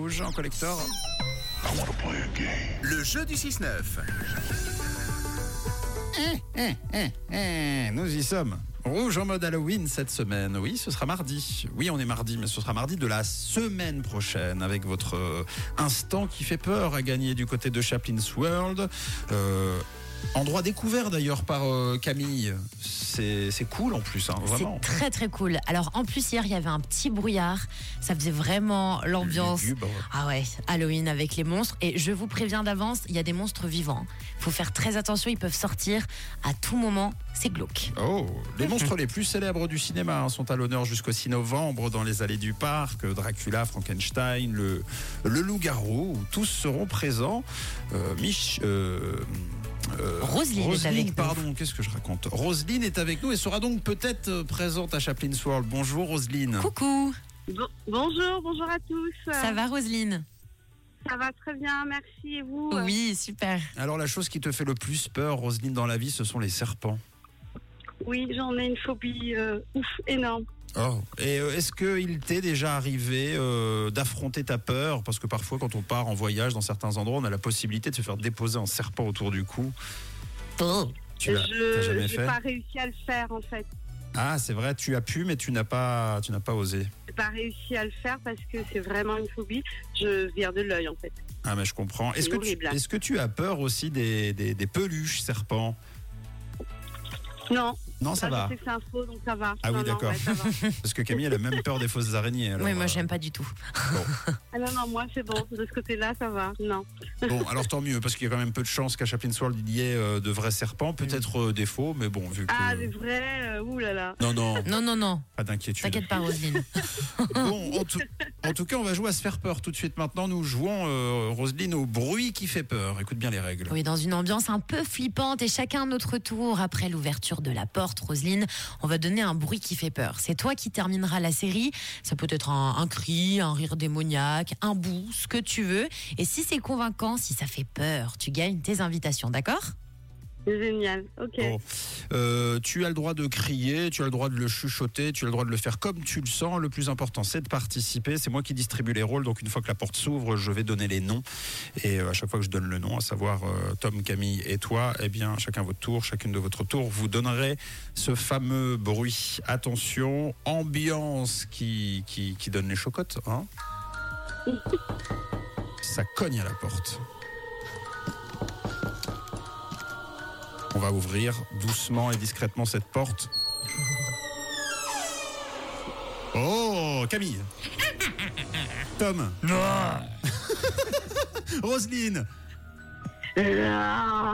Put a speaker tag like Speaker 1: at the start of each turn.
Speaker 1: rouge en collector.
Speaker 2: Le jeu du 6-9.
Speaker 1: Eh, eh, eh, nous y sommes. Rouge en mode Halloween cette semaine. Oui, ce sera mardi. Oui, on est mardi, mais ce sera mardi de la semaine prochaine avec votre euh, instant qui fait peur à gagner du côté de Chaplin's World. Euh, endroit découvert d'ailleurs par euh, Camille. C'est c'est cool en plus, hein, vraiment.
Speaker 3: C'est très très cool. Alors en plus hier il y avait un petit brouillard, ça faisait vraiment l'ambiance.
Speaker 1: Lugubre.
Speaker 3: Ah ouais, Halloween avec les monstres. Et je vous préviens d'avance, il y a des monstres vivants. Faut faire très attention, ils peuvent sortir à tout moment. C'est glauque.
Speaker 1: Oh, les monstres les plus célèbres du cinéma hein, sont à l'honneur jusqu'au 6 novembre dans les allées du parc. euh, Dracula, Frankenstein, le, le loup-garou, où tous seront présents. Euh, Mich. euh, euh,
Speaker 3: Roselyne est avec nous.
Speaker 1: pardon, qu'est-ce que je raconte Roselyne est avec nous et sera donc peut-être euh, présente à Chaplin's World. Bonjour Roselyne.
Speaker 3: Coucou,
Speaker 4: Bon- bonjour, bonjour à tous.
Speaker 3: ça va Roselyne
Speaker 4: Ça va très bien, merci. Et vous
Speaker 3: Oui, super.
Speaker 1: Alors la chose qui te fait le plus peur, Roselyne, dans la vie, ce sont les serpents.
Speaker 4: Oui, j'en ai une phobie euh, ouf, énorme.
Speaker 1: Oh. Et euh, est-ce qu'il t'est déjà arrivé euh, d'affronter ta peur Parce que parfois, quand on part en voyage dans certains endroits, on a la possibilité de se faire déposer un serpent autour du cou. Tu l'as t'as
Speaker 4: je
Speaker 1: jamais
Speaker 4: n'ai
Speaker 1: fait
Speaker 4: pas réussi à le faire en fait.
Speaker 1: Ah, c'est vrai, tu as pu, mais tu n'as pas, tu n'as pas osé.
Speaker 4: J'ai pas réussi à le faire parce que c'est vraiment une phobie. Je vire de l'œil en fait.
Speaker 1: Ah, mais je comprends. Est-ce que, tu,
Speaker 4: horrible, là.
Speaker 1: est-ce que tu as peur aussi des, des, des peluches serpents
Speaker 4: Non,
Speaker 1: Non, Oh, ça
Speaker 4: là,
Speaker 1: va.
Speaker 4: je sais que c'est un faux, donc ça va.
Speaker 1: Ah oui,
Speaker 4: Non, non,
Speaker 1: d'accord.
Speaker 4: ouais, ça va.
Speaker 1: Parce que Camille, elle a même peur des fausses araignées. alors,
Speaker 3: oui, moi
Speaker 1: euh,
Speaker 3: j'aime pas du tout.
Speaker 4: ah non, non, moi c'est bon. De ce côté-là, ça va. Non.
Speaker 1: euh, Bon, alors tant mieux, parce qu'il y a quand même peu de chances qu'à Chaplin's World, il y ait euh, de vrais serpents. Peut-être euh, des faux, mais bon, vu que.
Speaker 4: Ah, c'est vrai. euh, ouh là là.
Speaker 1: Non, non,
Speaker 3: Non, non, non,
Speaker 1: pas d'inquiétude.
Speaker 3: t'inquiète pas Roselyne.
Speaker 1: Bon, en tout, en tout cas, on va jouer à se faire peur tout de suite. Maintenant, nous jouons, euh, Roselyne, au bruit qui fait peur. Écoute bien les règles.
Speaker 3: Oui, dans une ambiance un peu flippante et chacun à notre tour. Après l'ouverture de la porte, Roselyne, on va donner un bruit qui fait peur. C'est toi qui termineras la série. Ça peut être un, un cri, un rire démoniaque, un bout, ce que tu veux. Et si c'est convaincant, si ça fait peur, tu gagnes tes invitations, d'accord
Speaker 4: Génial. Ok.
Speaker 1: Bon. Euh, tu as le droit de crier, tu as le droit de le chuchoter, tu as le droit de le faire comme tu le sens. Le plus important, c'est de participer. C'est moi qui distribue les rôles, donc une fois que la porte s'ouvre, je vais donner les noms. Et euh, à chaque fois que je donne le nom, à savoir euh, Tom, Camille et toi, eh bien, chacun votre tour, chacune de votre tour, vous donnerez ce fameux bruit. Attention, ambiance qui, qui, qui donne les chocottes. Hein Ça cogne à la porte. On va ouvrir doucement et discrètement cette porte. Oh, Camille. Tom. Roselyne.
Speaker 4: Ah,